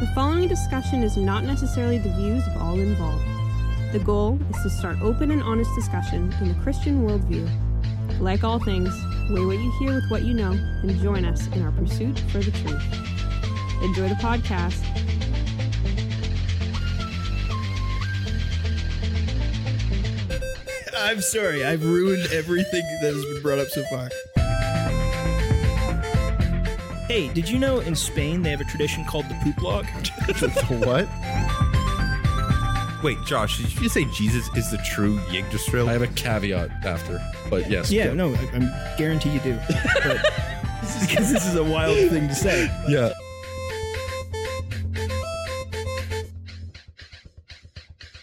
The following discussion is not necessarily the views of all involved. The goal is to start open and honest discussion in the Christian worldview. Like all things, weigh what you hear with what you know and join us in our pursuit for the truth. Enjoy the podcast. I'm sorry. I've ruined everything that has been brought up so far. Hey, did you know in Spain they have a tradition called the poop log? what? Wait, Josh, did you say Jesus is the true Yggdrasil? I have a caveat after, but yes. yeah, go. no, I, I'm guarantee you do. But because this is a wild thing to say. Yeah.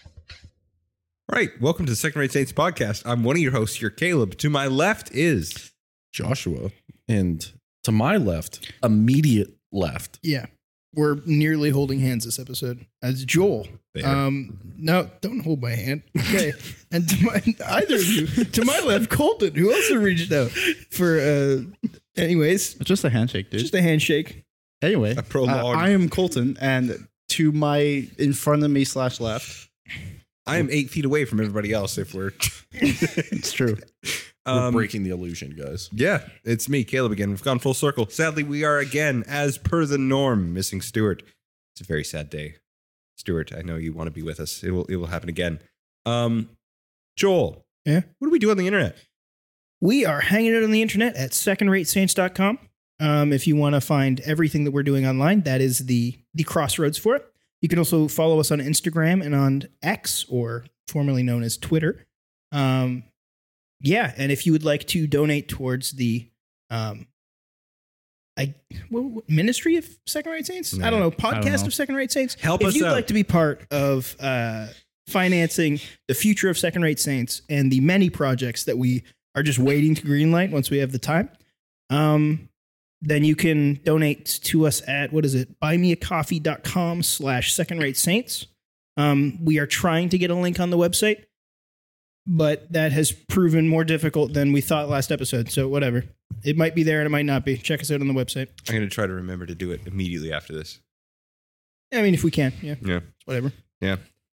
All right, welcome to the Second Rate Saints podcast. I'm one of your hosts, your Caleb. To my left is Joshua. And to my left, immediate left. Yeah. We're nearly holding hands this episode. As Joel. There. Um no, don't hold my hand. Okay. and to my either of you. To my left, Colton, who also reached out for uh anyways. It's Just a handshake, dude. Just a handshake. anyway, A prologue. uh, I am Colton, and to my in front of me slash left, I am eight feet away from everybody else. If we're it's true. We're um, breaking the illusion, guys. yeah, it's me, Caleb again. We've gone full circle. Sadly, we are again, as per the norm, missing Stuart. It's a very sad day, Stuart. I know you want to be with us. It will. It will happen again. Um, Joel. Yeah? What do we do on the internet? We are hanging out on the internet at secondratesaints.com. Um, if you want to find everything that we're doing online, that is the the crossroads for it. You can also follow us on Instagram and on X, or formerly known as Twitter. Um, yeah, and if you would like to donate towards the um, I what, what- ministry of Second Rate Saints, I don't know podcast know. of Second Rate Saints. Help if us you'd out. like to be part of uh, financing the future of Second Rate Saints and the many projects that we are just waiting to greenlight once we have the time, um, then you can donate to us at what is it? Buymeacoffee.com slash second rate saints. Um, we are trying to get a link on the website, but that has proven more difficult than we thought last episode. So whatever. It might be there and it might not be. Check us out on the website. I'm going to try to remember to do it immediately after this. I mean, if we can, yeah, Yeah. whatever.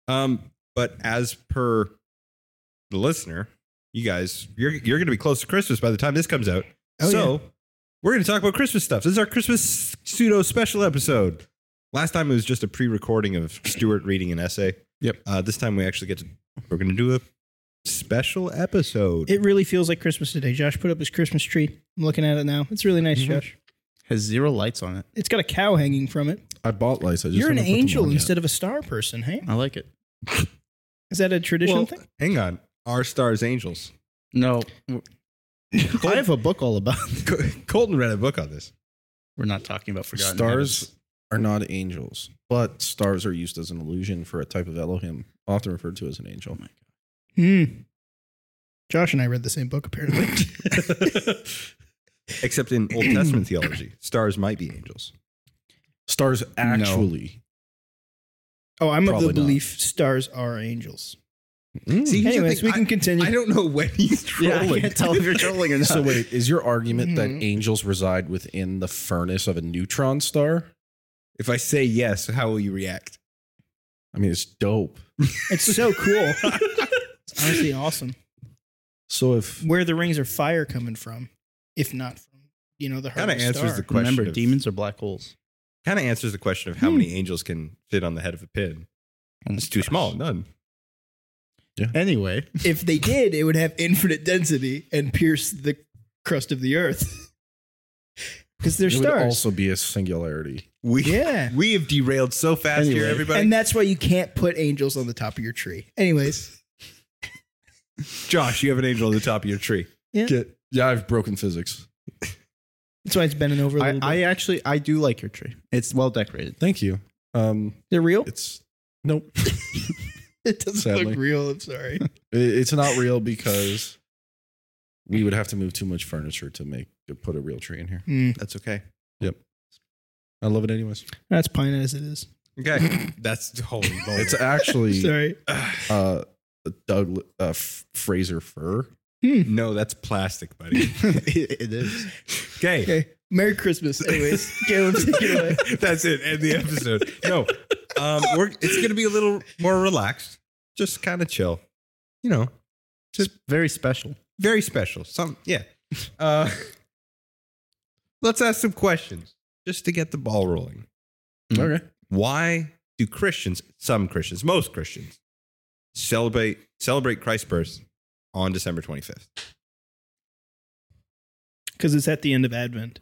Um, but as per the listener, you guys, you're you're going to be close to Christmas by the time this comes out. Oh, so we're going to talk about Christmas stuff. This is our Christmas pseudo special episode. Last time it was just a pre-recording of Stuart reading an essay. Yep. Uh, this time we actually get to we're going to do a special episode. It really feels like Christmas today. Josh put up his Christmas tree. I'm looking at it now. It's really nice, Mm-hmm. Josh. Has zero lights on it. It's got a cow hanging from it. I bought lights. I just You're an haven't put them angel on yet. instead of a star person, hey? I like it. Is that a traditional Well, thing? hang on. Our stars angels. No, I have a book all about. Col- Colton read a book on this. We're not talking about forgotten Stars are not angels, but stars are used as an illusion for a type of Elohim, often referred to as an angel. Oh Hmm. Josh and I read the same book, apparently. Except in Old Testament theology, stars might be angels. Stars actually. oh, I'm Probably of not. the belief stars are angels. Mm. See, here's the Anyways, thing. we can I- continue. I don't know when he's Yeah, I trolling. can't tell if you're trolling or not. So wait, is your argument that Mm. angels reside within the furnace of a neutron star? If I say yes, how will you react? I mean, it's dope. It's so cool. it's honestly awesome. So if Where the rings of fire coming from, if not from, you know, the heart Kinda of a answers star. the question. Remember, of- demons are black holes. Kind of answers the question of how many angels can fit on the head of a pin. It's too small. None. Anyway, If they did, it would have infinite density and pierce the crust of the earth. Because they're it would stars. also be a singularity. We Yeah. we have derailed so fast here, Anyway. everybody. and that's why you can't put angels on the top of your tree. Anyways, Josh, you have an angel on the top of your tree. Get, yeah, I've broken physics. that's why it's bending over a I, little I bit. actually I do like your tree. It's well decorated. Thank you. Um, they're real? it's nope. It doesn't Sadly. look real. I'm sorry. It- It's not real because we would have to move too much furniture to make to put a real tree in here. That's okay. I love it anyways. That's pine as it is. Okay. that's holy moly. It's actually Sorry. uh, a Doug uh, F- Fraser fir. no, that's plastic, buddy. it is. Okay. Okay. Merry Christmas. Anyways, Caleb, take it away. That's it. End the episode. No, um, we're, it's going to be a little more relaxed, just kind of chill. You know, Just very special. very special. Some, yeah. Uh, let's ask some questions just to get the ball rolling. Okay. Why do Christians, some Christians, most Christians, celebrate celebrate Christ's birth on December twenty fifth? Because it's at the end of Advent.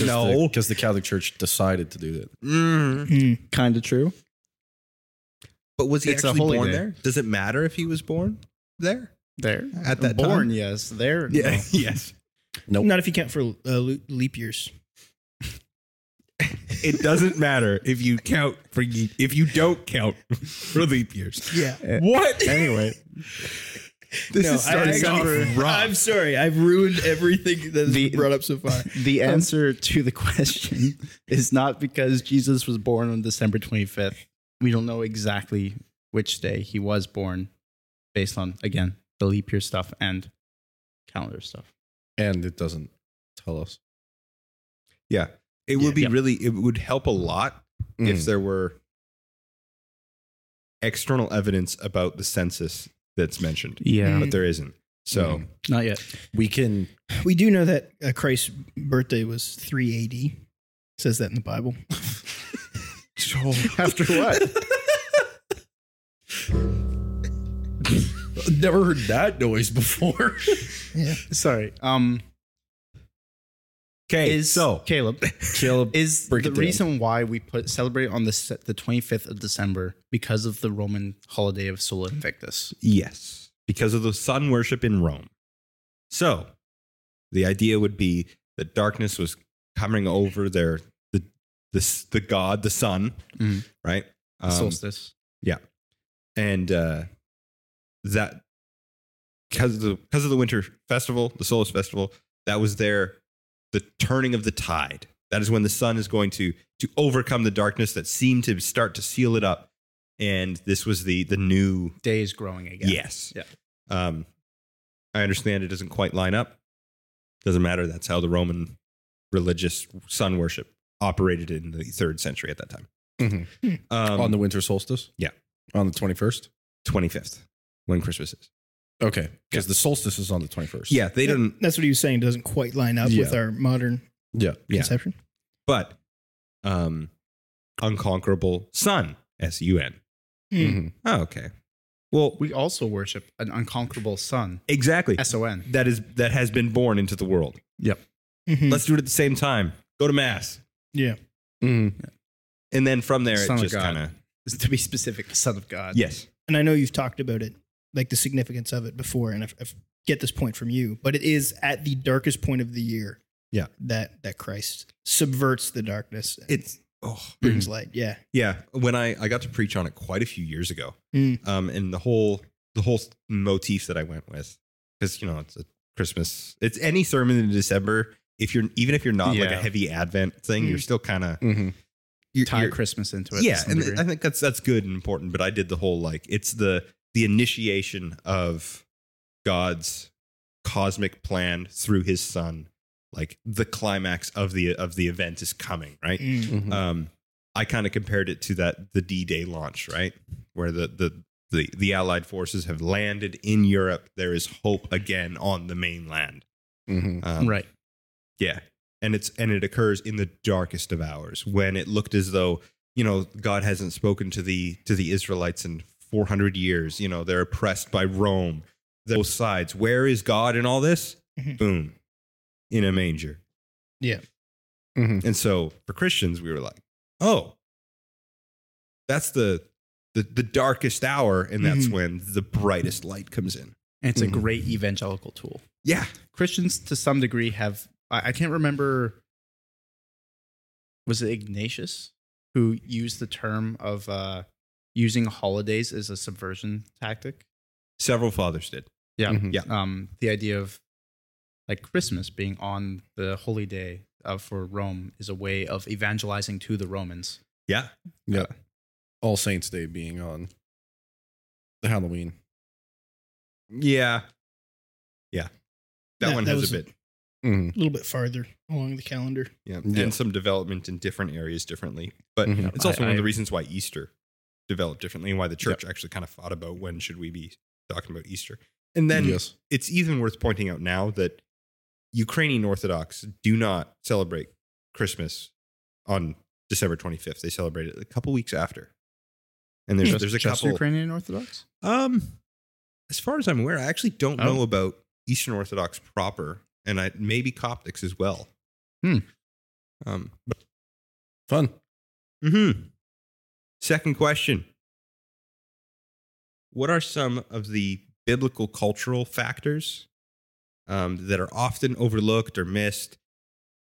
No. Because the Catholic Church decided to do that. Kind of true. Mm. But was he It's a actually holy born day. there? Does it matter if he was born there There. at that Born, time? yes. There. Yeah. no. yes. Nope. Not if you count for uh, le- leap years. It doesn't matter if you count for ye- if you don't count for leap years. Yeah. What? Anyway, This No, is I- starting I- off I'm rough. sorry. I've ruined everything that's The- been brought up so far. the answer to the question is not because Jesus was born on December 25th. We don't know exactly which day he was born based on, again, the leap year stuff and calendar stuff. And it doesn't tell us. Yeah. It would be Yeah. really it would help a lot if Mm. there were external evidence about the census that's mentioned. Yeah. But there isn't. So Not yet. We can. We do know that uh, Christ's birthday was 3 AD. It says that in the Bible. After what? Never heard that noise before. Sorry. Um, okay. is so Caleb Caleb. is Break the it down. reason why we put celebrate on the se- the 25th of December because of the Roman holiday of Mm-hmm. Sola Invictus. Yes, because of the sun worship in Rome. So, the idea would be that darkness was coming over their the the, the god, the sun, Mhm. right? Um, solstice. and uh, that because of the because of the winter festival, the Solstice Festival, that was their the turning of the tide. That is when the sun is going to to overcome the darkness that seemed to start to seal it up, and this was the the new Day is growing again. Yes. Yeah. Um, I understand it doesn't quite line up. Doesn't matter. That's how the Roman religious sun worship operated in the third century at that time. Mhm. Um, on the winter solstice? Yeah. On the 21st? 25th, when Christmas is. Okay. Because the solstice is on the 21st. Yeah, they didn't. That's what he was saying. Doesn't quite line up with Yeah. our modern Yeah. Yeah. conception. But um, unconquerable sun, S U N. Mhm. Oh, okay. Well, We also worship an unconquerable sun, exactly. S O N. That is that has been born into the world. Mhm. Let's do it at the same time. Go to mass, yeah. Mhm. and then from there Son of it just God. kind of To be specific, the Son of God. yes. And I know you've talked about it, like the significance of it before, and I, f- I f- get this point from you, but it is at the darkest point of the year. Yeah. That that Christ subverts the darkness. and It's oh brings light. Yeah. Yeah, when I I got to preach on it quite a few years ago, Hmm. Mm. um, and the whole the whole motif that I went with, because you know it's a Christmas, it's any sermon in December. If you're even if you're not like a Yeah. Hmm. heavy Advent thing, you're still kind of Mhm. Tie Christmas into it. to yeah, some and degree. I think that's that's good and important. But I did the whole like it's the the initiation of God's cosmic plan through His Son, like the climax of the of the event is coming, right? Mm. Mm-hmm. Mhm. um, I kind of compared it to that the D Day launch, right, where the the the the Allied forces have landed in Europe. There is hope again on the mainland. Mhm. Um, right. Yeah, and it's and it occurs in the darkest of hours when it looked as though you know God hasn't spoken to the to the Israelites in 400 years. You know they're oppressed by Rome. Both sides. Where is God in all this? Mhm. Boom, in a manger. Mhm. And so for Christians, we were like, oh, that's the the, the darkest hour, and that's Mhm. when the brightest light comes in. And it's Mhm. Mm-hmm. a great evangelical tool. Yeah. Christians, to some degree, have. I, I can't remember. Was it Ignatius who used the term of uh, using holidays as a subversion tactic? Several fathers did. Yeah. Mhm. Yeah. Um, the idea of like Christmas being on the holy day uh, for Rome is a way of evangelizing to the Romans. Yeah. Yeah. All Saints Day being on the Halloween. Yeah. Yeah. That, That- one that has was- a bit. Mhm. little bit farther along the calendar. Yeah. Yeah. And some development in different areas differently. But Mhm. it's also I- one of the I- reasons why Easter developed differently and why the church actually kind of thought about when should we be talking about Easter. And then yes. it's even worth pointing out now that Ukrainian Orthodox do not celebrate Christmas on December 25th. They celebrate it a couple weeks after. And there's, Just- there's a Hmm. just couple. Ukrainian Orthodox. Um, as far as I'm aware, I actually don't Oh. know about Eastern Orthodox proper, and I maybe Coptics as well. Hmm. Um. Fun. Hmm. Second question: What are some of the biblical cultural factors um, that are often overlooked or missed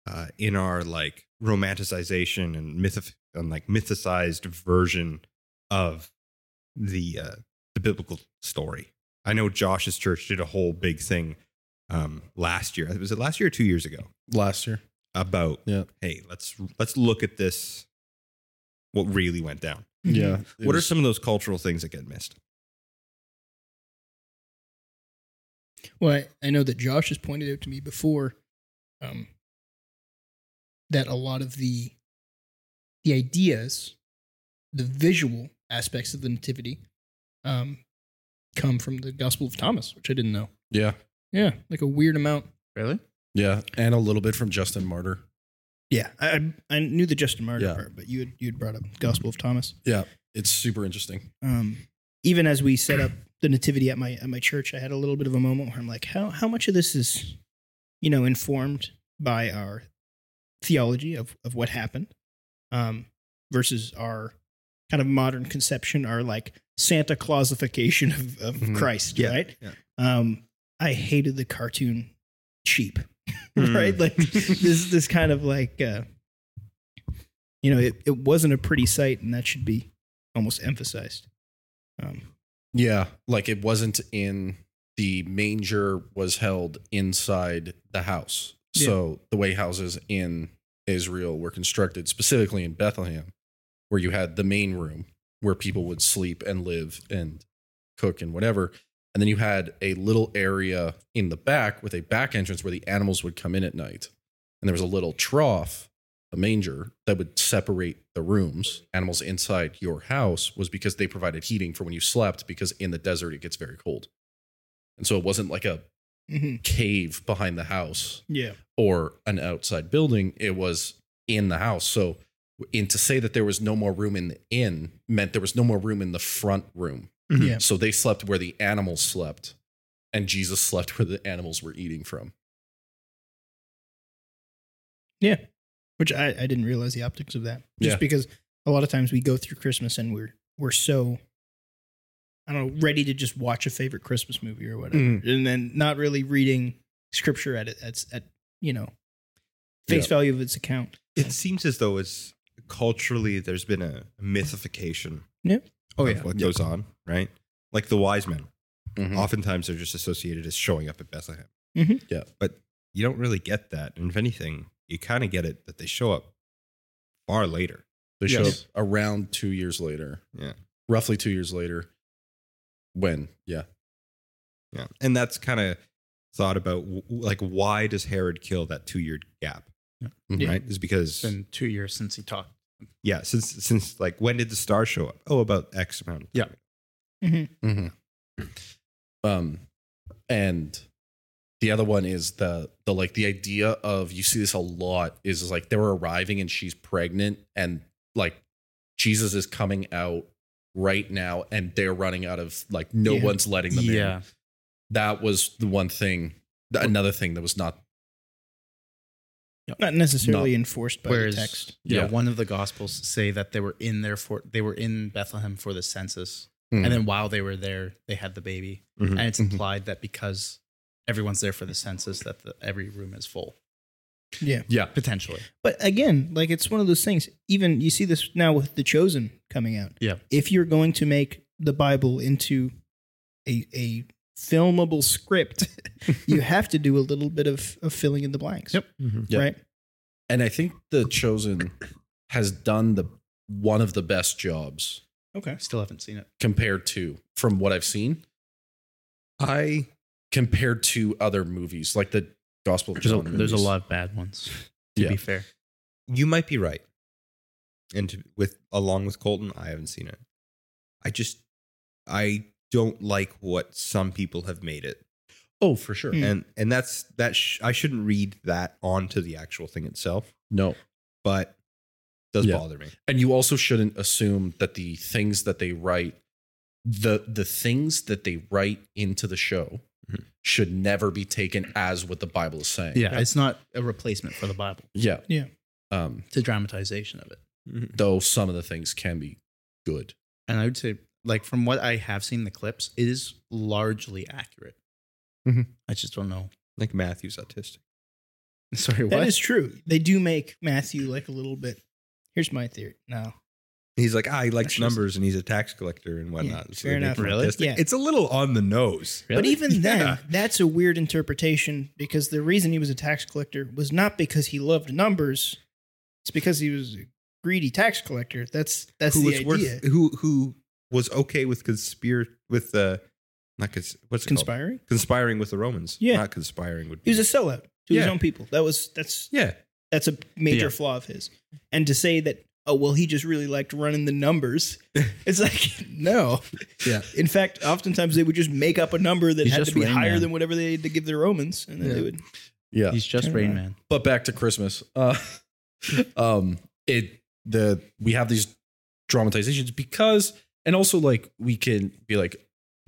uh, in our like romanticization and myth and like mythicized version of the uh, the biblical story. I know Josh's church did a whole big thing um, last year. Was it last year or two years ago? Last year. About Yeah. hey, let's let's look at this. What really went down? Yeah. Mm-hmm. what are some of those cultural things that get missed? Well, I, I know that Josh has pointed out to me before um, that a lot of the the ideas, the visual aspects of the nativity, um, come from the Gospel of Thomas, which I didn't know. Yeah. Yeah, like a weird amount. Really? Yeah. And a little bit from Justin Martyr. Yeah, I I knew the Justin Martyr Yeah. part, but you had, you had brought up Gospel of Thomas. It's super interesting. Um, even as we set up the nativity at my at my church, I had a little bit of a moment where I'm like, how how much of this is, you know, informed by our theology of of what happened, um, versus our kind of modern conception, our like Santa Clausification of, of Mhm. Christ, Mm-hmm. Yeah, right? yeah. Um, I hated the cartoon sheep, Hmm. right? Like this this kind of like uh, you know, it, it wasn't a pretty sight, and that should be almost emphasized. Um, Yeah. Like it wasn't in the manger was held inside the house. So the way houses in Israel were constructed, specifically in Bethlehem, where you had the main room where people would sleep and live and cook and whatever. And then you had a little area in the back with a back entrance where the animals would come in at night. And there was a little trough, a manger, that would separate the rooms. Animals inside your house was because they provided heating for when you slept, because in the desert it gets very cold. And so it wasn't like a Mhm. cave behind the house Yeah. or an outside building. It was in the house. So, and to say that there was no more room in the inn meant there was no more room in the front room. Mhm. Yeah. So they slept where the animals slept, and Jesus slept where the animals were eating from. Which I, I didn't realize the optics of that. Just Yeah. because a lot of times we go through Christmas and we're we're so I don't know, ready to just watch a favorite Christmas movie or whatever. Mhm. And then not really reading scripture at it at, at you know face Yeah. value of its account. It seems as though it's culturally there's been a mythification. Yeah. of what goes on, right? Like the wise men. Mm-hmm. Mm-hmm. oftentimes they're just associated as showing up at Bethlehem. Mhm. Yeah. But you don't really get that. And if anything, you kind of get it that they show up far later. They show Yes. up around two years later. Yeah. Roughly two years later. When? Yeah. Yeah. And that's kind of thought about w- w- like, why does Herod kill that two year gap? Mhm. Right? Is because, It's been two years since he talked. yeah, since, since like, when did the star show up? Oh, about X amount. of Yeah. time. hmm Um, and the other one is the the like the idea of you see this a lot is, is like they're arriving and she's pregnant and like Jesus is coming out right now and they're running out of like no Yeah. one's letting them in. That was the one thing. th- Another thing that was not Not necessarily enforced by Whereas, the text. yeah, Yeah. one of the gospels say that they were in there for they were in Bethlehem for the census, Mhm. and then while they were there, they had the baby, Mhm. and it's Mhm. implied that because everyone's there for the census, that the, every room is full Yeah. yeah potentially. But again, like it's one of those things. Even you see this now with the Chosen coming out. Yeah. If you're going to make the Bible into a a filmable script, you have to do a little bit of, of filling in the blanks. Yep. Yeah. Right. and I think the chosen has done the one of the best jobs Okay. Still haven't seen it. compared to from what I've seen. I compared to other movies like the Gospel of There's a, John. there's a movies. lot of bad ones. To Yeah. be fair, You might be right. And to, with along with Colton, I haven't seen it. I just I don't like what some people have made it. Oh, for sure. Hmm. And and that's that sh- I shouldn't read that onto the actual thing itself, No, but it does Yeah. bother me. and you also shouldn't assume that the things that they write the the things that they write into the show Mhm. should never be taken as what the bible is saying Mm-hmm. yeah, it's not a replacement for the Bible. yeah Yeah. um It's a dramatization of it. though some of the things can be good And I would say, like from what I have seen the clips, it is largely accurate. Mhm. I just don't know. Like Matthew's autistic. Sorry, what? That is true. They do make Matthew like a little bit. Here's my theory. No, He's like, ah, he likes That's just- numbers and he's a tax collector and whatnot. fair they make enough. him Really? autistic. Yeah. It's a little on the nose. but even Yeah. then, that's a weird interpretation because the reason he was a tax collector was not because he loved numbers. It's because he was a greedy tax collector. That's that's who the was idea. worth who who was okay with conspire with uh not cons- what's it called? Conspiring. conspiring with the Romans. Yeah. not conspiring would He be. was a sellout to his Yeah. own people. That was that's yeah, that's a major Yeah. flaw of his. And to say that oh well he just really liked running the numbers, it's like no. Yeah. In fact, oftentimes they would just make up a number that He's had to just be Rain higher Man. than whatever they had to give the Romans, and then they would. yeah He's just Turn around. Rain Man. but back to christmas uh um it the we have these dramatizations because and also like we can be like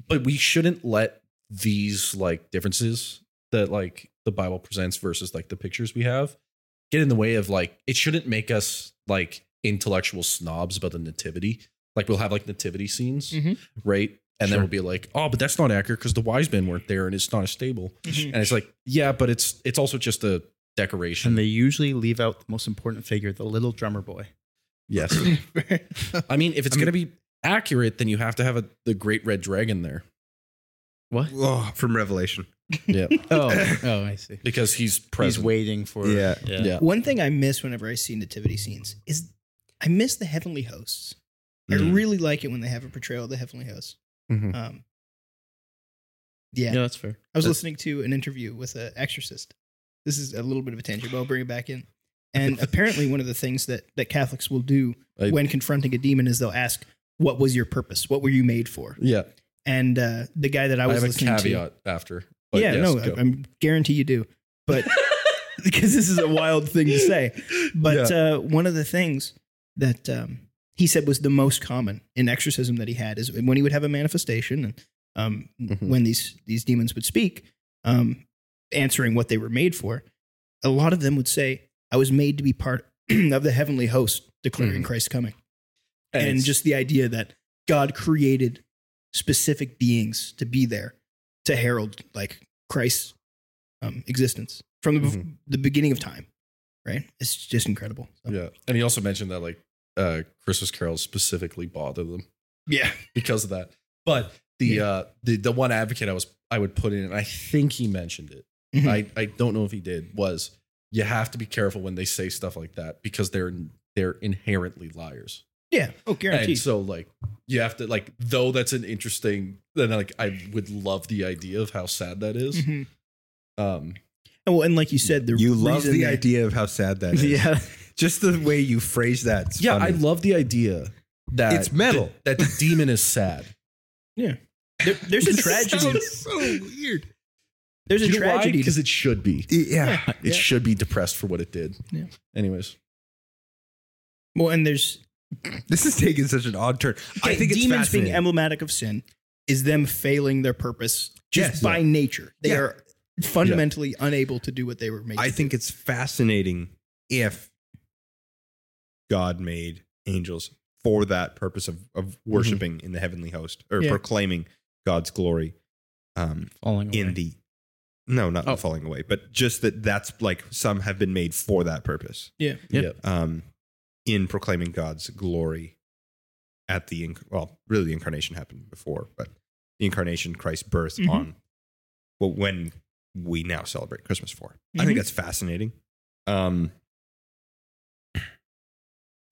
but we shouldn't let these like differences that like the bible presents versus like the pictures we have get in the way of like it shouldn't make us like intellectual snobs about the nativity like we'll have like nativity scenes Mhm. right Sure. and then we'll be like oh but that's not accurate because the wise men weren't there and it's not a stable and it's like yeah but it's it's also just a decoration And they usually leave out the most important figure, the little drummer boy. Yes. I mean, if it's going to be accurate, then you have to have a, the Great Red Dragon there. What? oh, from Revelation. Yeah. Oh, oh, I see. because he's He's present. waiting for. Yeah. yeah. yeah. One thing I miss whenever I see nativity scenes is I miss the heavenly hosts. I Mm. really like it when they have a portrayal of the heavenly hosts. Mhm. Um, yeah, No, that's fair. I was listening to an interview with an exorcist. This is a little bit of a tangent, but I'll bring it back in. And apparently, one of the things that, that Catholics will do I- when confronting a demon is they'll ask, "What was your purpose? What were you made for?" Yeah. And uh, the guy that I I, was have a listening to, caveat after. yeah, yes, no, go. I, I'm guarantee you do, but because this is a wild thing to say. But uh, one of the things that um, he said was the most common in exorcism that he had is when he would have a manifestation and um, Mhm. Hmm. when these these demons would speak, um, answering what they were made for. A lot of them would say, "I was made to be part of the heavenly host, declaring Hmm. Mhm. Christ coming," And and it's- just the idea that God created specific beings to be there to herald like Christ's um, existence from the, Mm-hmm. Mhm. the beginning of time. Right? It's just incredible. So- Yeah. And he also mentioned that, like, uh, Christmas carols specifically bother them yeah. because of that. But the, uh, the, the one advocate I was, I would put in, and I think he mentioned it. Mhm. I, I don't know if he did, was you have to be careful when they say stuff like that because they're, they're inherently liars. Yeah. Oh, guaranteed. And so like you have to like though that's an interesting then like I would love the idea of how sad that is. Mhm. Um And well, and like you said, the You love reason the that- idea of how sad that is. Yeah. Just the way you phrase that. it's yeah, I funny. love the idea that It's metal. that, that the demon is sad. There, there's a tragedy. Sounds so weird. There's a tragedy. because it should be. Yeah. It should be depressed for what it did. Yeah. Anyways, Well, and there's This is taking such an odd turn. I think it's demons being fascinating. emblematic of sin is them failing their purpose just Yes. by nature. They Yeah. are fundamentally unable to do what they were made. I to think do. it's fascinating if God made angels for that purpose of, of worshiping in the heavenly host or Yeah. proclaiming God's glory um, Falling away. in the no, not Oh. falling away, but just that that's like some have been made for that purpose. Yeah. Yeah. Um, in proclaiming God's glory at the inc- well, really the incarnation happened before, but the incarnation, Christ's birth Mhm. on well, when we now celebrate Christmas for. I Mhm. think that's fascinating. Um,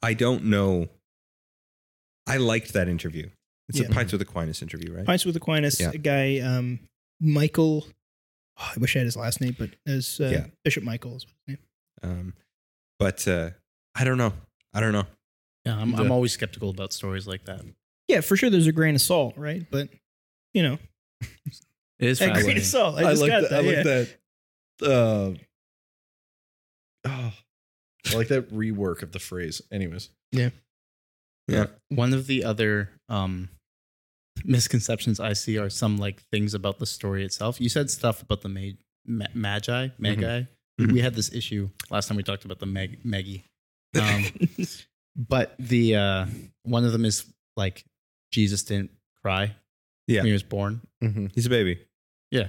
I don't know. I liked that interview. It's Yeah. a Pints with Aquinas interview, right? Pints with Aquinas, Yeah. a guy, um, Michael oh, I wish I had his last name, but as uh, Yeah. Bishop Michael is his name. Um, but uh, I don't know. I don't know. Yeah, I'm, I'm Yeah. always skeptical about stories like that. Yeah, for sure. There's a grain of salt, right? But you know, It is a grain fascinating. of salt. I I, just like got that. that. I yeah. like that. Uh, oh, I like that rework of the phrase. Anyways, One of the other um, misconceptions I see are some like things about the story itself. You said stuff about the ma- ma- magi, magi. Mhm. We had this issue last time we talked about the mag- Maggie. Um, but the uh, one of them is like Jesus didn't cry Yeah. when he was born. Mm-hmm. He's a baby. Yeah.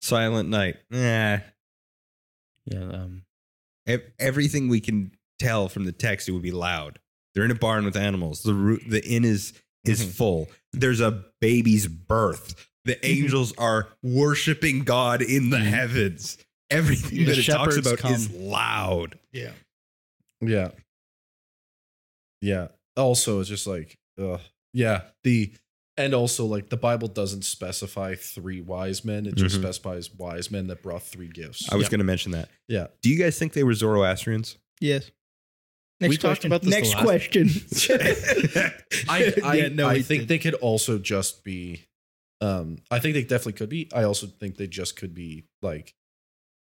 Silent Night. Nah. Yeah, um, Ev- everything we can tell from the text, it would be loud. They're in a barn with animals. The roo- the inn is is Mm-hmm. Mhm. full. There's a baby's birth. The Mm-hmm. angels are worshiping God in the heavens. Everything The that it talks shepherds about is come. loud. yeah, yeah. Also, it's just like, ugh. yeah, the and also like the Bible doesn't specify three wise men; it just Mhm. specifies wise men that brought three gifts. I was going to mention that. Yeah. Do you guys think they were Zoroastrians? Yes. We talked about this Next the last- question. I, I, Yeah, no, I he think did. they could also just be. Um, I think they definitely could be. I also think they just could be like,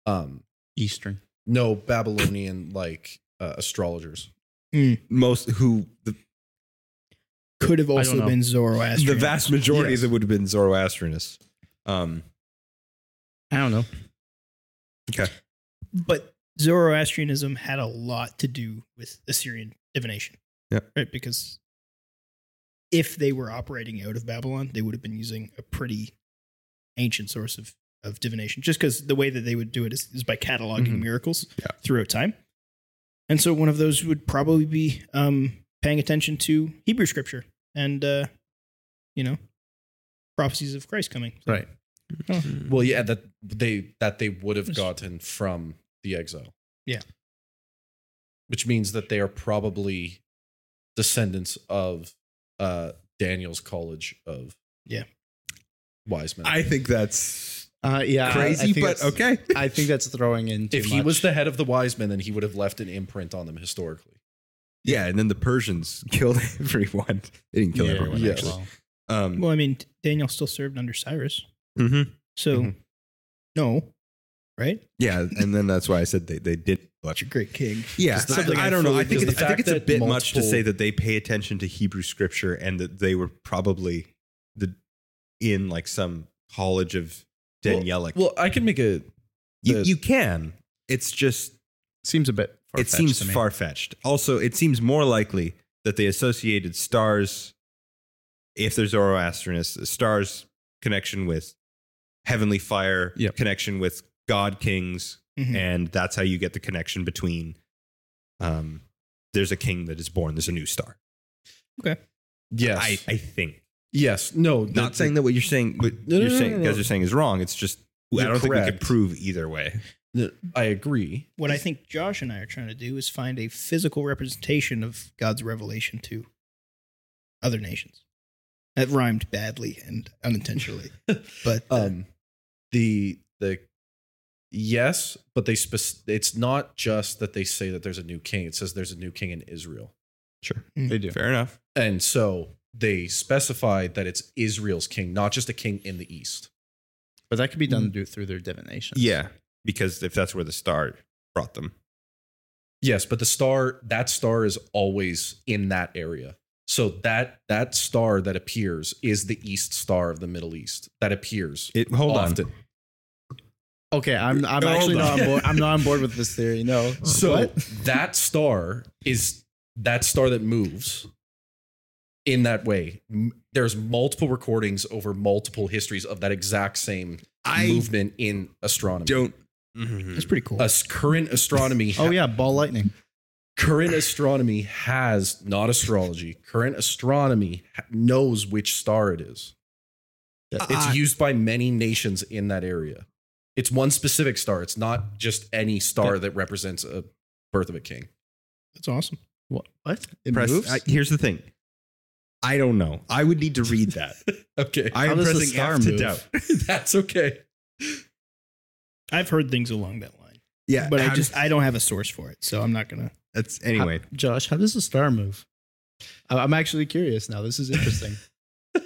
um, Eastern. no Babylonian like uh, astrologers. Most who the, could have don't also know. been Zoroastrian. the vast majority Yes. of them would have been Zoroastrianists. Um, I don't know. but Zoroastrianism had a lot to do with Assyrian divination. Yeah. Right? Because if they were operating out of Babylon, they would have been using a pretty ancient source of, of divination, just because the way that they would do it is, is by cataloging Mhm. miracles Yeah. throughout time. And so one of those would probably be um, paying attention to Hebrew scripture and, uh, you know, prophecies of Christ coming. Right. Well, yeah, that they that they would have Yes. gotten from the exile. Yeah. Which means that they are probably descendants of uh, Daniel's college of Yeah. wise men. I think that's Uh, yeah, Uh, I- I crazy, think but that's- okay. I think that's throwing in. Too if he was much. the head of the wise men, then he would have left an imprint on them historically. Yeah, and then the Persians killed everyone. They didn't kill Yeah, everyone yeah. actually. Well, Um, Well, I mean, Daniel still served under Cyrus. mhm. So, Mhm. no, right? Yeah, and then that's why I said they they did much. great king. Yeah, Because the- something I don't know. I think, because it, the I think fact it's a that bit much to multiple- say that they pay attention to Hebrew scripture and that they were probably the in like some college of Danielic. Well, I can make a you, the- you can. It's just seems a bit. it far-fetched seems to me. far fetched. Also, it seems more likely that they associated stars, if there's Zoroastrianists, stars connection with heavenly fire, Yep. connection with god kings, Mhm. and that's how you get the connection between. Um, there's a king that is born. There's a new star. yes, I, I think. yes, no, Not saying that what you're saying, what No, no, you're no, saying, no, no. guys are saying is wrong. It's just I You're don't think we correct. can prove either way. that I agree. What I think Josh and I are trying to do is find a physical representation of God's revelation to other nations. That rhymed badly and unintentionally, but uh, um the the yes but they spec- it's not just that they say that there's a new king it says there's a new king in israel Sure, They do. fair enough. and so they specify that it's israel's king not just a king in the east But that could be done do- through their divination. Yeah, because if that's where the star brought them, yes but the star that star is always in that area so that that star that appears is the east star of the middle east that appears it hold on. often Okay, I'm I'm Hold actually on. not on board. I'm not on board with this theory. No. So What? that star is that star that moves in that way. M- There's multiple recordings over multiple histories of that exact same movement in astronomy. don't. that's pretty cool. Us current astronomy. oh yeah, ball lightning. Current astronomy has not astrology. Current astronomy ha- knows which star it is. Uh, It's used by many nations in that area. It's one specific star. It's not just any star that represents a birth of a king. that's awesome. What? What? It Press- moves. I- here's the thing. I don't know. I would need to read that. Okay. I How am does the pressing star F to move? doubt. That's okay. I've heard things along that line, Yeah, but I just I don't have a source for it, so I'm not gonna. that's anyway. How- Josh, how does the star move? I- I'm actually curious now. This is interesting.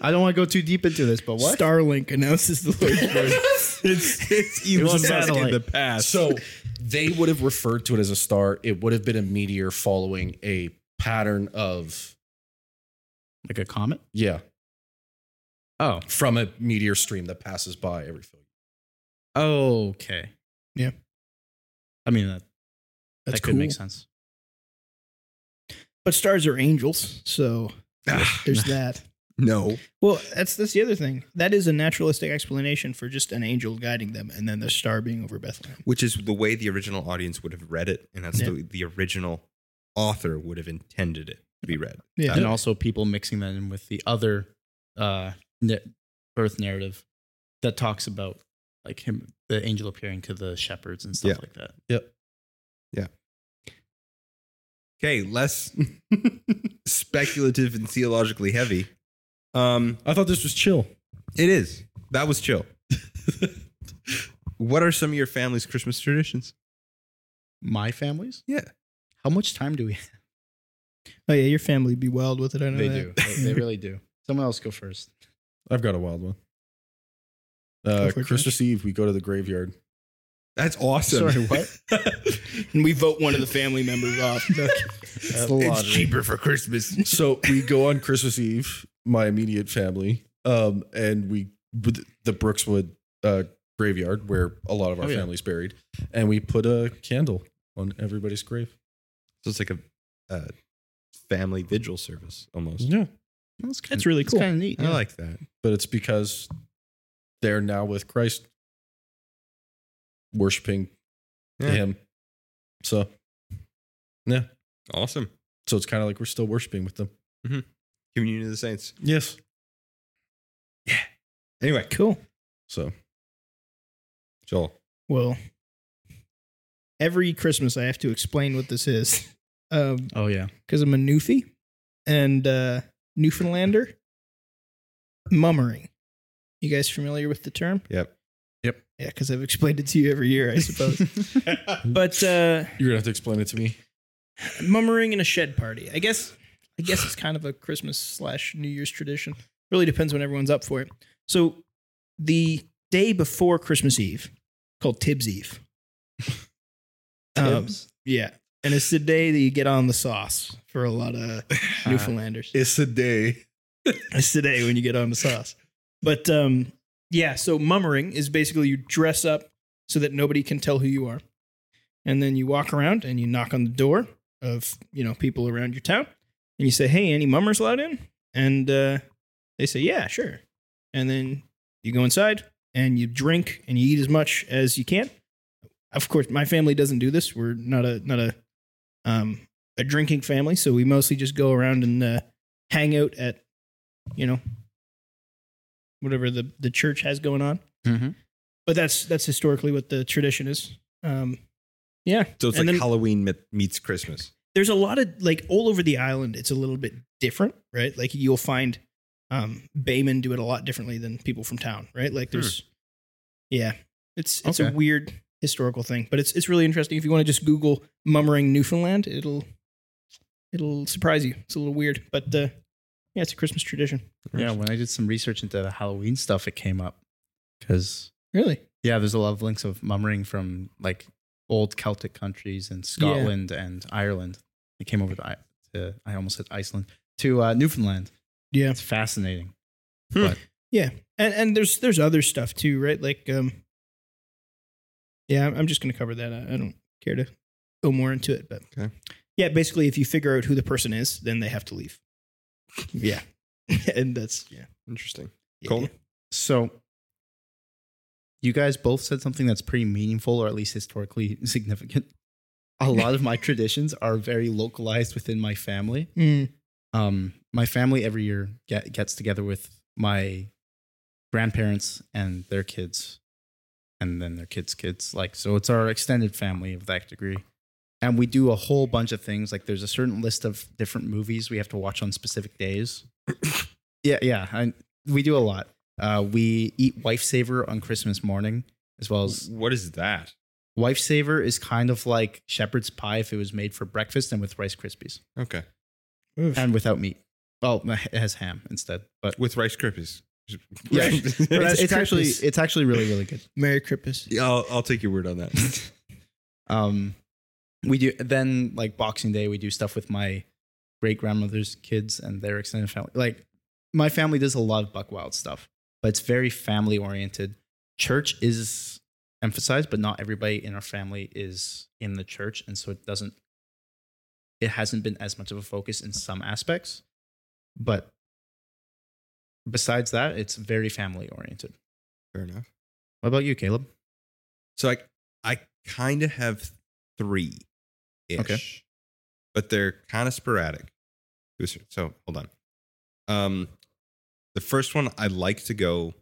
I don't want to go too deep into this, but what? Starlink announces the Lord's Prayer. it's it's It was Elon a Musk in satellite. the past. So they would have referred to it as a star. It would have been a meteor following a pattern of Like a comet? yeah Oh, from a meteor stream that passes by every. Film. okay. Yeah. I mean, that, That's that could make cool. sense. But stars are angels, so Ah, there's that. no, Well, that's that's the other thing. That is a naturalistic explanation for just an angel guiding them, and then the star being over Bethlehem. which is the way the original audience would have read it, and that's Yeah. the, the original author would have intended it to be read. Yeah. And also people mixing that in with the other uh, na- birth narrative that talks about like him, the angel appearing to the shepherds and stuff Yeah. like that. Okay, less speculative and theologically heavy. Um, I thought this was chill. it is. That was chill. what are some of your family's Christmas traditions? My families? Yeah. How much time do we have? Oh yeah, your family be wild with it. I know that. They, they really do. Someone else go first. I've got a wild one. Uh, for it, Josh. Christmas Eve, we go to the graveyard. That's awesome. Sorry, what? And we vote one of the family members off. It's the lottery. for Christmas. so we go on Christmas Eve, my immediate family, um, and we with the Brookswood uh, graveyard where a lot of our Oh, yeah. family's buried, and we put a candle on everybody's grave. So it's like a uh, family vigil service almost. Yeah, That's, kind That's really cool. kind of neat. I yeah. like that. but it's because they're now with Christ, worshiping Yeah. Him. So, yeah, Awesome. so it's kind of like we're still worshiping with them. Communion of the Saints. Yes. Anyway, cool. So Joel. Well, every Christmas I have to explain what this is because oh yeah. I'm a Newfie and uh, Newfoundlander. Mummering. You guys familiar with the term? Yep. Yeah, because I've explained it to you every year, I suppose. but uh, you're gonna have to explain it to me. mummering in a shed party. I guess I guess it's kind of a Christmas slash New Year's tradition. Really depends when everyone's up for it. So the day before Christmas Eve, called Tibbs Eve. Um, yeah. And it's the day that you get on the sauce for a lot of Newfoundlanders. It's a day. It's today when you get on the sauce. But um, yeah, so mummering is basically you dress up so that nobody can tell who you are. And then you walk around and you knock on the door of, you know, people around your town and you say, hey, any mummers allowed in? And uh, they say, yeah, sure. And then you go inside and you drink and you eat as much as you can. Of course, my family doesn't do this. We're not a not a um, a drinking family, so we mostly just go around and uh, hang out at you know whatever the the church has going on Mhm. but that's that's historically what the tradition is um yeah So it's And like then- Halloween met- meets Christmas. there's a lot of like all over the island it's a little bit different right like you'll find um baymen do it a lot differently than people from town right like there's yeah it's it's a Okay. weird historical thing but it's it's really interesting if you want to just google mummering newfoundland it'll it'll surprise you it's a little weird but uh yeah it's a christmas tradition Yeah, when I did some research into the Halloween stuff, it came up because really yeah, there's a lot of links of mummering from like old Celtic countries and Scotland and Ireland. It came over to, I- to I almost said Iceland to uh, Newfoundland. yeah It's fascinating. and and there's there's other stuff too, right? Like um, yeah, I'm- I'm just gonna cover that. I, I don't care to go more into it, but Okay. yeah, basically, if you figure out who the person is, then they have to leave. Yeah, and that's yeah. Interesting. yeah, Cool. yeah. So you guys both said something that's pretty meaningful or at least historically significant. A lot of my traditions are very localized within my family. Mm, um, my family every year get, gets together with my grandparents and their kids and then their kids kids like so it's our extended family of that degree and we do a whole bunch of things like there's a certain list of different movies we have to watch on specific days yeah yeah and we do a lot uh, we eat wife saver on christmas morning as well as What is that? wife saver is kind of like shepherd's pie if it was made for breakfast and with rice krispies Okay. and without meat. Well, it has ham instead, but With Rice Krispies. Yeah. But it's, Rice it's actually Krispies. it's actually really really good. Merry Crippus. Yeah, I'll, I'll take your word on that. Um, we do then like Boxing Day, we do stuff with my great grandmother's kids and their extended family. Like my family does a lot of Buck Wild stuff, but it's very family oriented. Church is emphasized, but not everybody in our family is in the church, and so it doesn't. It hasn't been as much of a focus in some aspects, but besides that, it's very family oriented. Fair enough. What about you, Caleb? So I I kind of have three ish. Okay. But they're kind of sporadic. So hold on. Um the first one I like to go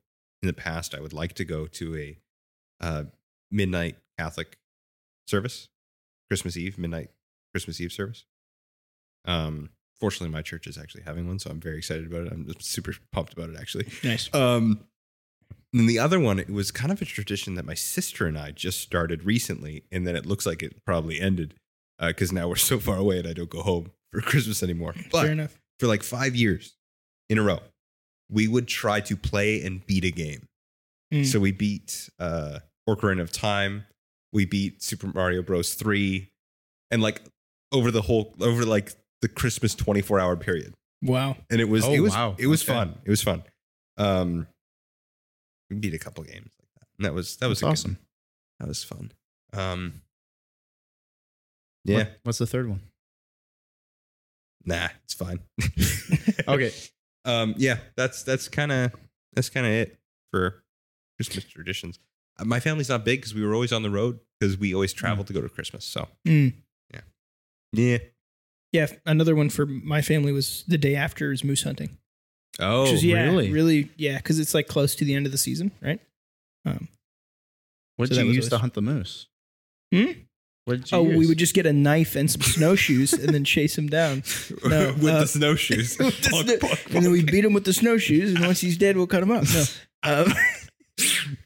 in the past, I would like to go to a uh midnight Catholic service, Christmas Eve, midnight Christmas Eve service. Um fortunately my church is actually having one, so I'm very excited about it. I'm just super pumped about it actually. Nice. Um, and then the other one, it was kind of a tradition that my sister and I just started recently, and then it looks like it probably ended because now we're so far away and I don't go home for Christmas anymore. Fair But enough. for like five years in a row, we would try to play and beat a game. Mm. So we beat uh, Ocarina of Time, we beat Super Mario Bros. Three, and like over the whole over like the Christmas twenty four hour period Wow. and it was Oh, it was wow. it was Okay. fun. It was fun. Um, we beat a couple games like that, and that was that was That's a good- awesome. that was fun. Um, yeah, What- what's the third one? nah, it's fine. Okay. Um, yeah, that's that's kind of that's kind of it for Christmas traditions. Uh, My family's not big because we were always on the road because we always traveled to go to Christmas. So Mm. yeah, yeah. Hmm. Yeah. f- Another one for my family was the day after is moose hunting. Oh, which is, yeah, really? really? yeah, because it's like close to the end of the season, right? Um, What So did that you was use to always- hunt the moose? Hmm? What did you oh, use? we would just get a knife and some snowshoes and then chase him down. um, No, with uh, the snowshoes, with the Bonk, snow- bonk, And then we bonk. beat him with the snowshoes, and once he's dead, we'll cut him up. No, um,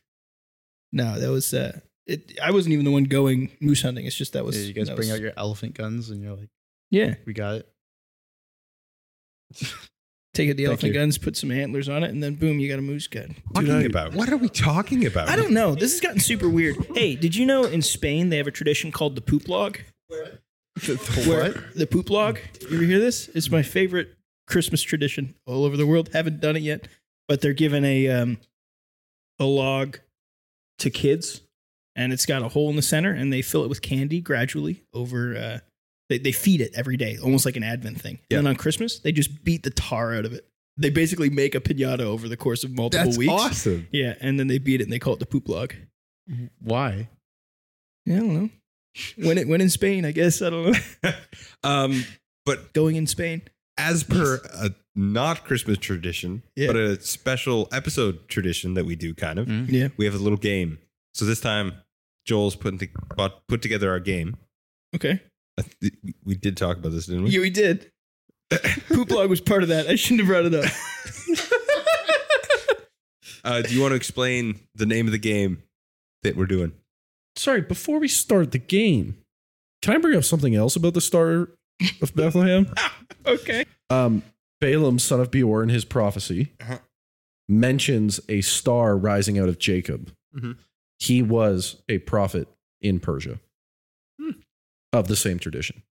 no that was. Uh, it, I wasn't even the one going moose hunting. It's just that was. Yeah, you guys that bring was- out your elephant guns and you're like, yeah. we got it. Take out the Thank elephant you. guns, put some antlers on it, and then boom, you got a moose gun. talking about? What are we talking about? I don't know. This has gotten super weird. Hey, did you know in Spain they have a tradition called the poop log? Where- The poop log. You ever hear this? It's my favorite Christmas tradition all over the world. Haven't done it yet, but they're giving a um, a log to kids, and it's got a hole in the center, and they fill it with candy gradually over. Uh, they, they feed it every day, almost like an Advent thing. Yeah. And then on Christmas, they just beat the tar out of it. They basically make a pinata over the course of multiple That's weeks. awesome. Yeah, and then they beat it and they call it the poop log. Why? Yeah, I don't know. When it went in Spain, I guess I don't know. Um, but Going in Spain. as per a not Christmas tradition, Yeah. but a special episode tradition that we do, kind of, Mm. Yeah. we have a little game. So this time, Joel's putting to, bought, put together our game. Okay. I th- We did talk about this, didn't we? Yeah, we did. Poop log was part of that. I shouldn't have brought it up. Uh, do you want to explain the name of the game that we're doing? Sorry, before we start the game, can I bring up something else about the Star of Bethlehem? Okay. Um, Balaam, son of Beor, in his prophecy, Uh-huh. mentions a star rising out of Jacob. Mhm. He was a prophet in Persia of the same tradition.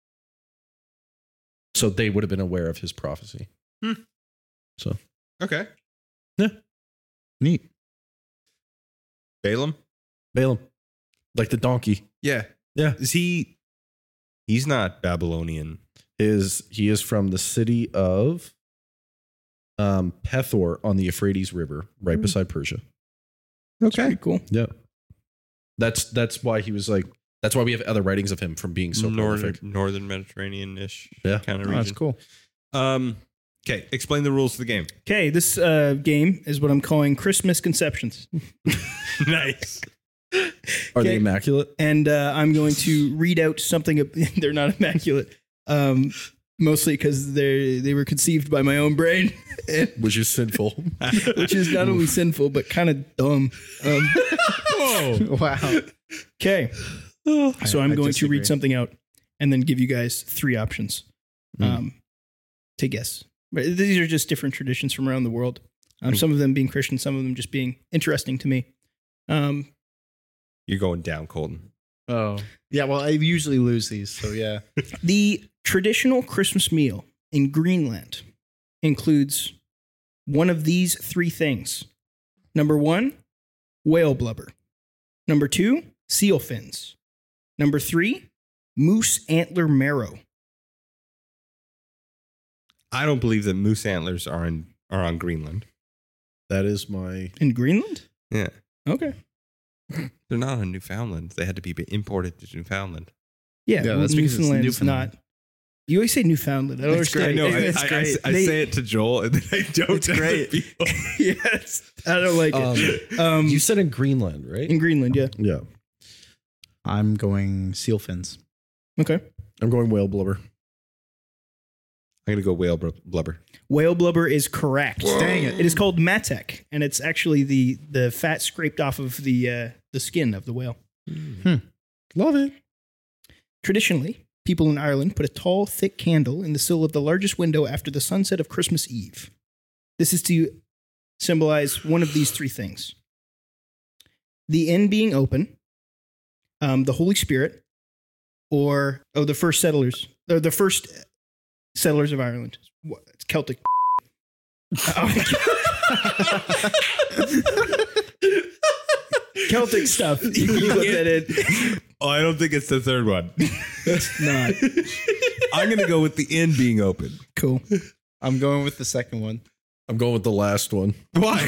So they would have been aware of his prophecy. Okay. Neat. Balaam? Balaam, like the donkey, Yeah. Yeah. Is he. He's not Babylonian. is he is from the city of um, Pethor on the Euphrates River, right Hmm. beside Persia. Okay. Cool. Yeah. That's that's why he was like that's why we have other writings of him from being so Northern, prolific. Northern Mediterranean ish Yeah. kind of Oh, region. that's cool. Um, okay, explain the rules of the game. Okay. This uh, game is what I'm calling Christmas Conceptions. nice. Are Okay. they immaculate? And uh, I'm going to read out something. They're not immaculate. Um, mostly because they they were conceived by my own brain, which is sinful. which is not only sinful but kind of dumb. Um, Oh. Wow. Oh. okay, Oh. so I'm I going to disagree. read something out and then give you guys three options um, to guess. But these are just different traditions from around the world. Um, Some of them being Christian, some of them just being interesting to me. Um, You're going down, Colton. Oh. Yeah, well, I usually lose these, so yeah. The traditional Christmas meal in Greenland includes one of these three things. Number one, whale blubber. Number two, seal fins. Number three, moose antler marrow. I don't believe that moose antlers are in are on Greenland. That is my In Greenland? Yeah. Okay. They're not on Newfoundland. They had to be imported to Newfoundland. Yeah, Yeah, well, that's because it's Newfoundland is Newfoundland. not. You always say Newfoundland. I don't That's I understand. know. I, It's I- I- great. I They- say it to Joel, and then I don't. It's great. People. yes. I don't like it. Um, You said in Greenland, right? in Greenland, yeah. yeah. I'm going seal fins. Okay. I'm going whale blubber. I'm gonna go whale br- blubber. Whale blubber is correct. Dang it. It is called matek, and it's actually the the fat scraped off of the uh, the skin of the whale. Love it. Traditionally, people in Ireland put a tall, thick candle in the sill of the largest window after the sunset of Christmas Eve. This is to symbolize one of these three things: the inn being open, um, the Holy Spirit, or oh, the first settlers or the first settlers of Ireland. What- It's Celtic. Celtic stuff. You can put that in. Oh, I don't think it's the third one. It's not I'm gonna go with the inn being open. cool. I'm going with the second one. I'm going with the last one. Why?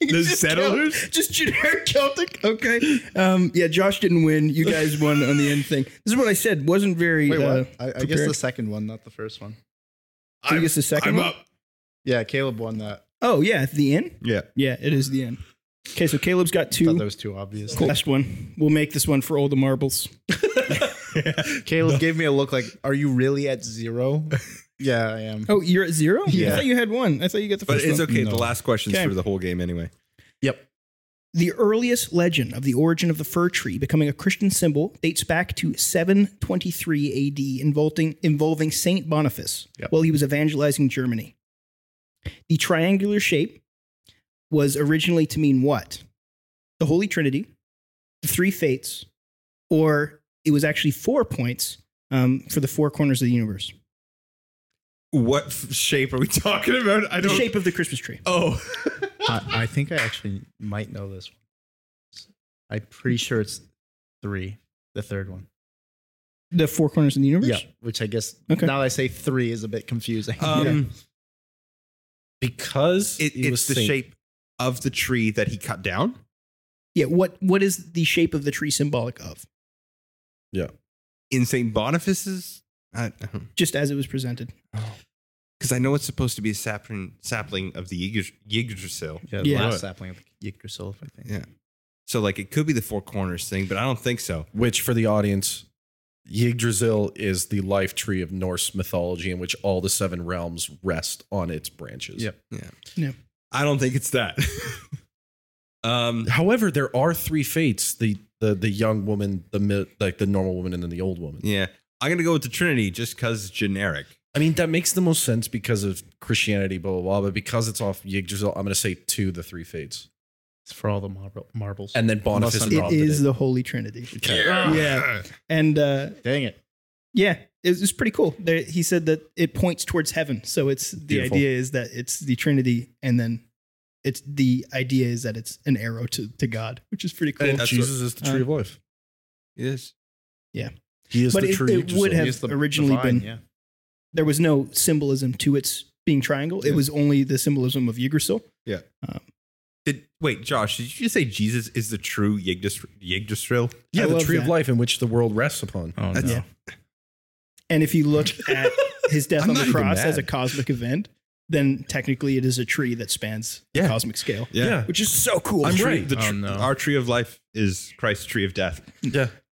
the settlers? Just generic Celtic. Okay. Um, yeah, Josh didn't win. You guys won on the end thing. This is what I said. Wasn't very. Wait, uh, what? I, I guess prepared. the second one, not the first one. so you guess the 2nd one. Yeah, Caleb won that. Oh yeah, the end. Yeah. Yeah, it is the end. Okay, so Caleb's got Thought that two. was too obvious. Last one. We'll make this one for all the marbles. Caleb gave me a look like, "Are you really at zero? yeah, I am. Oh, you're at zero. Yeah. I thought you had one. I thought you got the But first it's one. okay. No. The last question's Okay. for the whole game anyway. The earliest legend of the origin of the fir tree becoming a Christian symbol dates back to 723 AD, involving, involving Saint Boniface Yep. while he was evangelizing Germany. The triangular shape was originally to mean what? The Holy Trinity, the three fates, or it was actually four points um, for the four corners of the universe. What f- shape are we talking about? I The don't. shape of the Christmas tree. Oh, I, I think I actually might know this one. I'm pretty sure it's three, the third one. The four corners of the universe? Yeah, which I guess Okay. now that I say three is a bit confusing. um, Because it, he it's the Saint- shape of the tree that he cut down. Yeah. What, what is the shape of the tree symbolic of? in St. Boniface's? uh, Just as it was presented. Because I know it's supposed to be a sapling, sapling of the Yggdras- Yggdrasil. yeah, the yeah. last sapling of Yggdrasil, I think. Yeah. So, like, it could be the Four Corners thing, but I don't think so. which for the audience, Yggdrasil is the life tree of Norse mythology in which all the seven realms rest on its branches. Yep. I don't think it's that. um, However, there are three fates: the the the young woman, the mi- like the normal woman, and then the old woman. yeah. I'm going to go with the Trinity just because generic. I mean, that makes the most sense because of Christianity, blah blah blah. But because it's off Yggdrasil, I'm going to say two, the three fates, It's for all the marble, marbles. and then Boniface Unless I'm It adopted is uh, it. the Holy Trinity. Yeah. Yeah. And uh, Dang it. yeah, it's, it's pretty cool. There, he said that it points towards heaven. So it's the Beautiful. idea is that it's the Trinity, and then it's the idea is that it's an arrow to, to God, which is pretty cool. And That's Jesus is the tree uh, of life. It is. He is but the it- tree. it Yggdrasil. would have- Use the- the originally vine, been- Yeah. There was no symbolism to its being triangle. It was only the symbolism of Yggdrasil. Did, wait, Josh, did you just say Jesus is the true Yggdras- Yggdrasil? yeah, I the love tree of that. life in which the world rests upon. Oh, That's- no. Yeah. And if you look at his death I'm on not the even cross mad. as a cosmic event, then technically it is a tree that spans the Yeah. cosmic scale, Yeah. which is so cool. I'm Tree- right. The tr- Oh, no. Our tree of life is Christ's tree of death.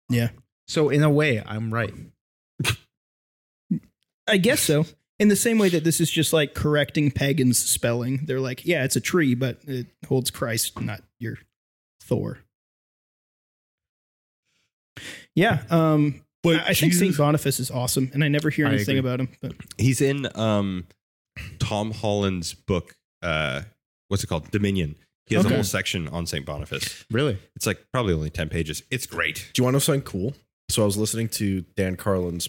Yeah, So, in a way, I'm right. I guess so. In the same way that this is just like correcting pagans' spelling, they're like, yeah, it's a tree, but it holds Christ, not your Thor. Yeah, um, But I, I think Saint Jesus- Boniface is awesome, and I never hear I anything agree. about him. But He's in um, Tom Holland's book. Uh, what's it called? Dominion. He has Okay. a whole section on Saint Boniface. Really? It's like probably only ten pages. It's great. Do you want to know something cool? So I was listening to Dan Carlin's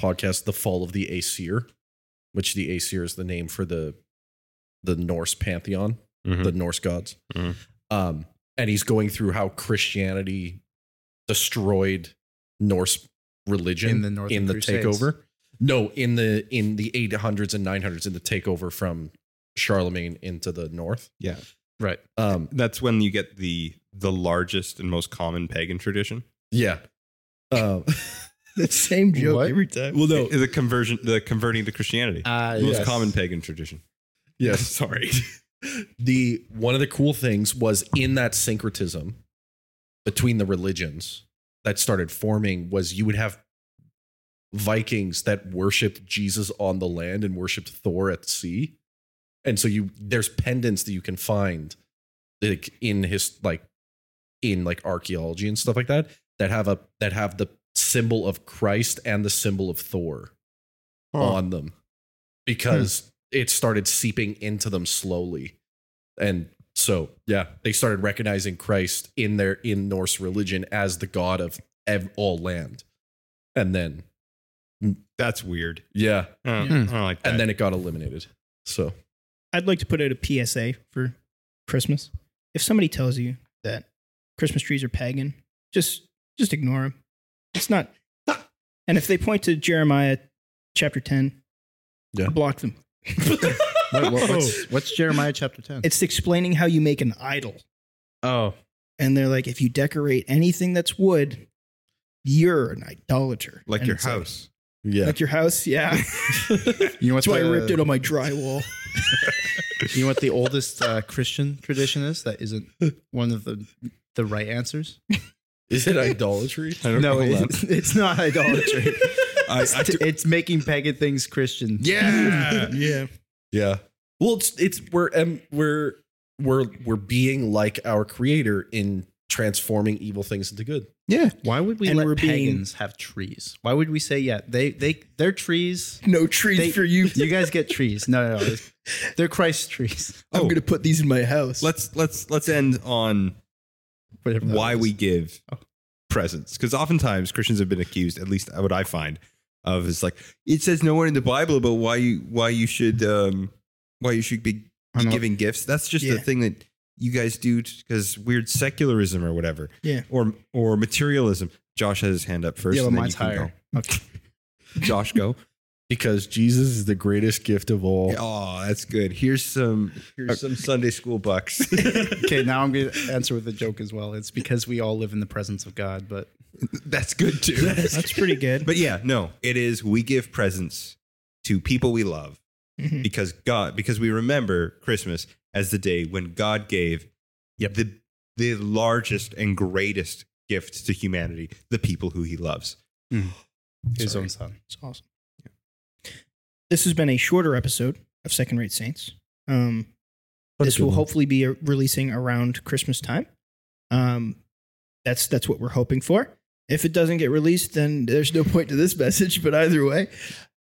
podcast, The Fall of the Aesir, which the Aesir is the name for the the Norse pantheon, Mm-hmm. the Norse gods. Mhm. Um, and he's going through how Christianity destroyed Norse religion In the Northern in the Crusades. takeover. No, in the in the 800s and 900s in the takeover from Charlemagne into the north. Yeah. Right. Um, That's when you get the the largest and most common pagan tradition. yeah. Um, the same joke joke What? every time. well, no. The conversion, the converting to Christianity, Uh, most yes. common pagan tradition. Yes. Sorry. the one of the cool things was in that syncretism between the religions that started forming was you would have Vikings that worshipped Jesus on the land and worshipped Thor at sea. And so you there's pendants that you can find like in his like in like archaeology and stuff like that that have a that have the symbol of Christ and the symbol of Thor on them because it started seeping into them slowly. And so, yeah, they started recognizing Christ in their in Norse religion as the god of ev- all land. And then, That's weird. yeah, I don't- I don't like that. and then it got eliminated. So, I'd like to put out a PSA for Christmas. If somebody tells you that Christmas trees are pagan, just just ignore them. It's not. And if they point to Jeremiah chapter ten, Yeah. block them. What- what- what's, what's Jeremiah chapter 10? It's explaining how you make an idol. oh, And they're like, if you decorate anything that's wood, you're an idolater. like And your it's like- house. yeah, Like your house, yeah. you know what That's why I the- ripped it on my drywall. You know what the oldest uh, Christian tradition is that isn't one of the the right answers? is it idolatry? I don't know. it's, it's not idolatry. I, it's, I do- it's making pagan things Christian. yeah. yeah. Yeah. Well, it's it's we're um, we're we're we're being like our creator in transforming evil things into good. Yeah. Why would we And let we're being- pagans have trees? Why would we say yeah? They they they're trees. No trees They- for you. You guys get trees. No, no, no. They're Christ trees. I'm Oh. going to put these in my house. Let's let's let's end on Whatever that why is. Oh. we give presents because oftentimes Christians have been accused, at least what I find, of is like it says nowhere in the Bible about why you why you should um why you should be I'm not- giving gifts. That's just the Yeah. thing that you guys do because weird secularism or whatever. Yeah. Or or materialism. Josh has his hand up first. Yeah, but and then mine's you can higher. Okay. Go. Josh, go. Because Jesus is the greatest gift of all. Oh, that's good. Here's some here's some Sunday school bucks. Okay, now I'm going to answer with a joke as well. It's because we all live in the presence of God, but that's good too. That's pretty good. But yeah, no, it is we give presents to people we love Mhm. because God because we remember Christmas as the day when God gave the the largest and greatest gift to humanity, the people who he loves. his Sorry. own son. It's awesome. This has been a shorter episode of Second Rate Saints. Um, But this will hopefully be uh, releasing around Christmas time. Um, that's that's what we're hoping for. If it doesn't get released, then there's no point to this message. But either way,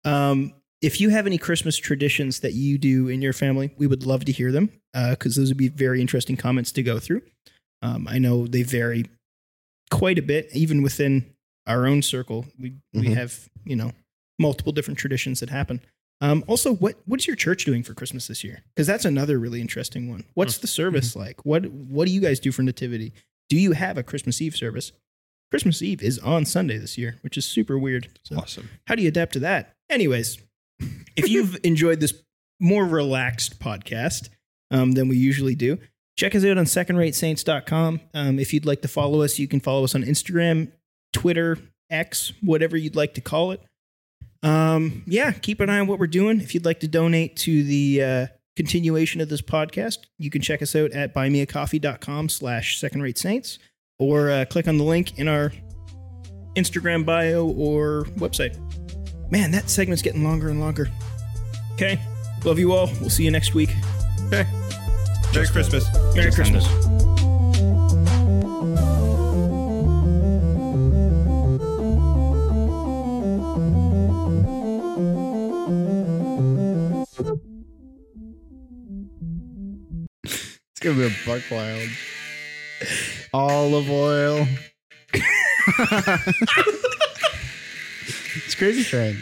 um, if you have any Christmas traditions that you do in your family, we would love to hear them because those would be very interesting comments to go through. Um, I know they vary quite a bit, even within our own circle. We we Mhm. have you know multiple different traditions that happen. Um, also, what what is your church doing for Christmas this year? Because that's another really interesting one. What's the service like? What what do you guys do for nativity? Do you have a Christmas Eve service? Christmas Eve is on Sunday this year, which is super weird. So Awesome. how do you adapt to that? Anyways, if you've enjoyed this more relaxed podcast um, than we usually do, check us out on secondratesaints.com. Um, if you'd like to follow us, you can follow us on Instagram, Twitter, X, whatever you'd like to call it. Um, yeah, keep an eye on what we're doing. If you'd like to donate to the uh, continuation of this podcast, you can check us out at buymeacoffee.com slash secondratesaints or uh, click on the link in our Instagram bio or website. Man, that segment's getting longer and longer. Okay. Love you all. We'll see you next week. Okay. Merry Christmas. Merry Christmas. It's gonna be a buck wild. Olive oil. it's crazy train.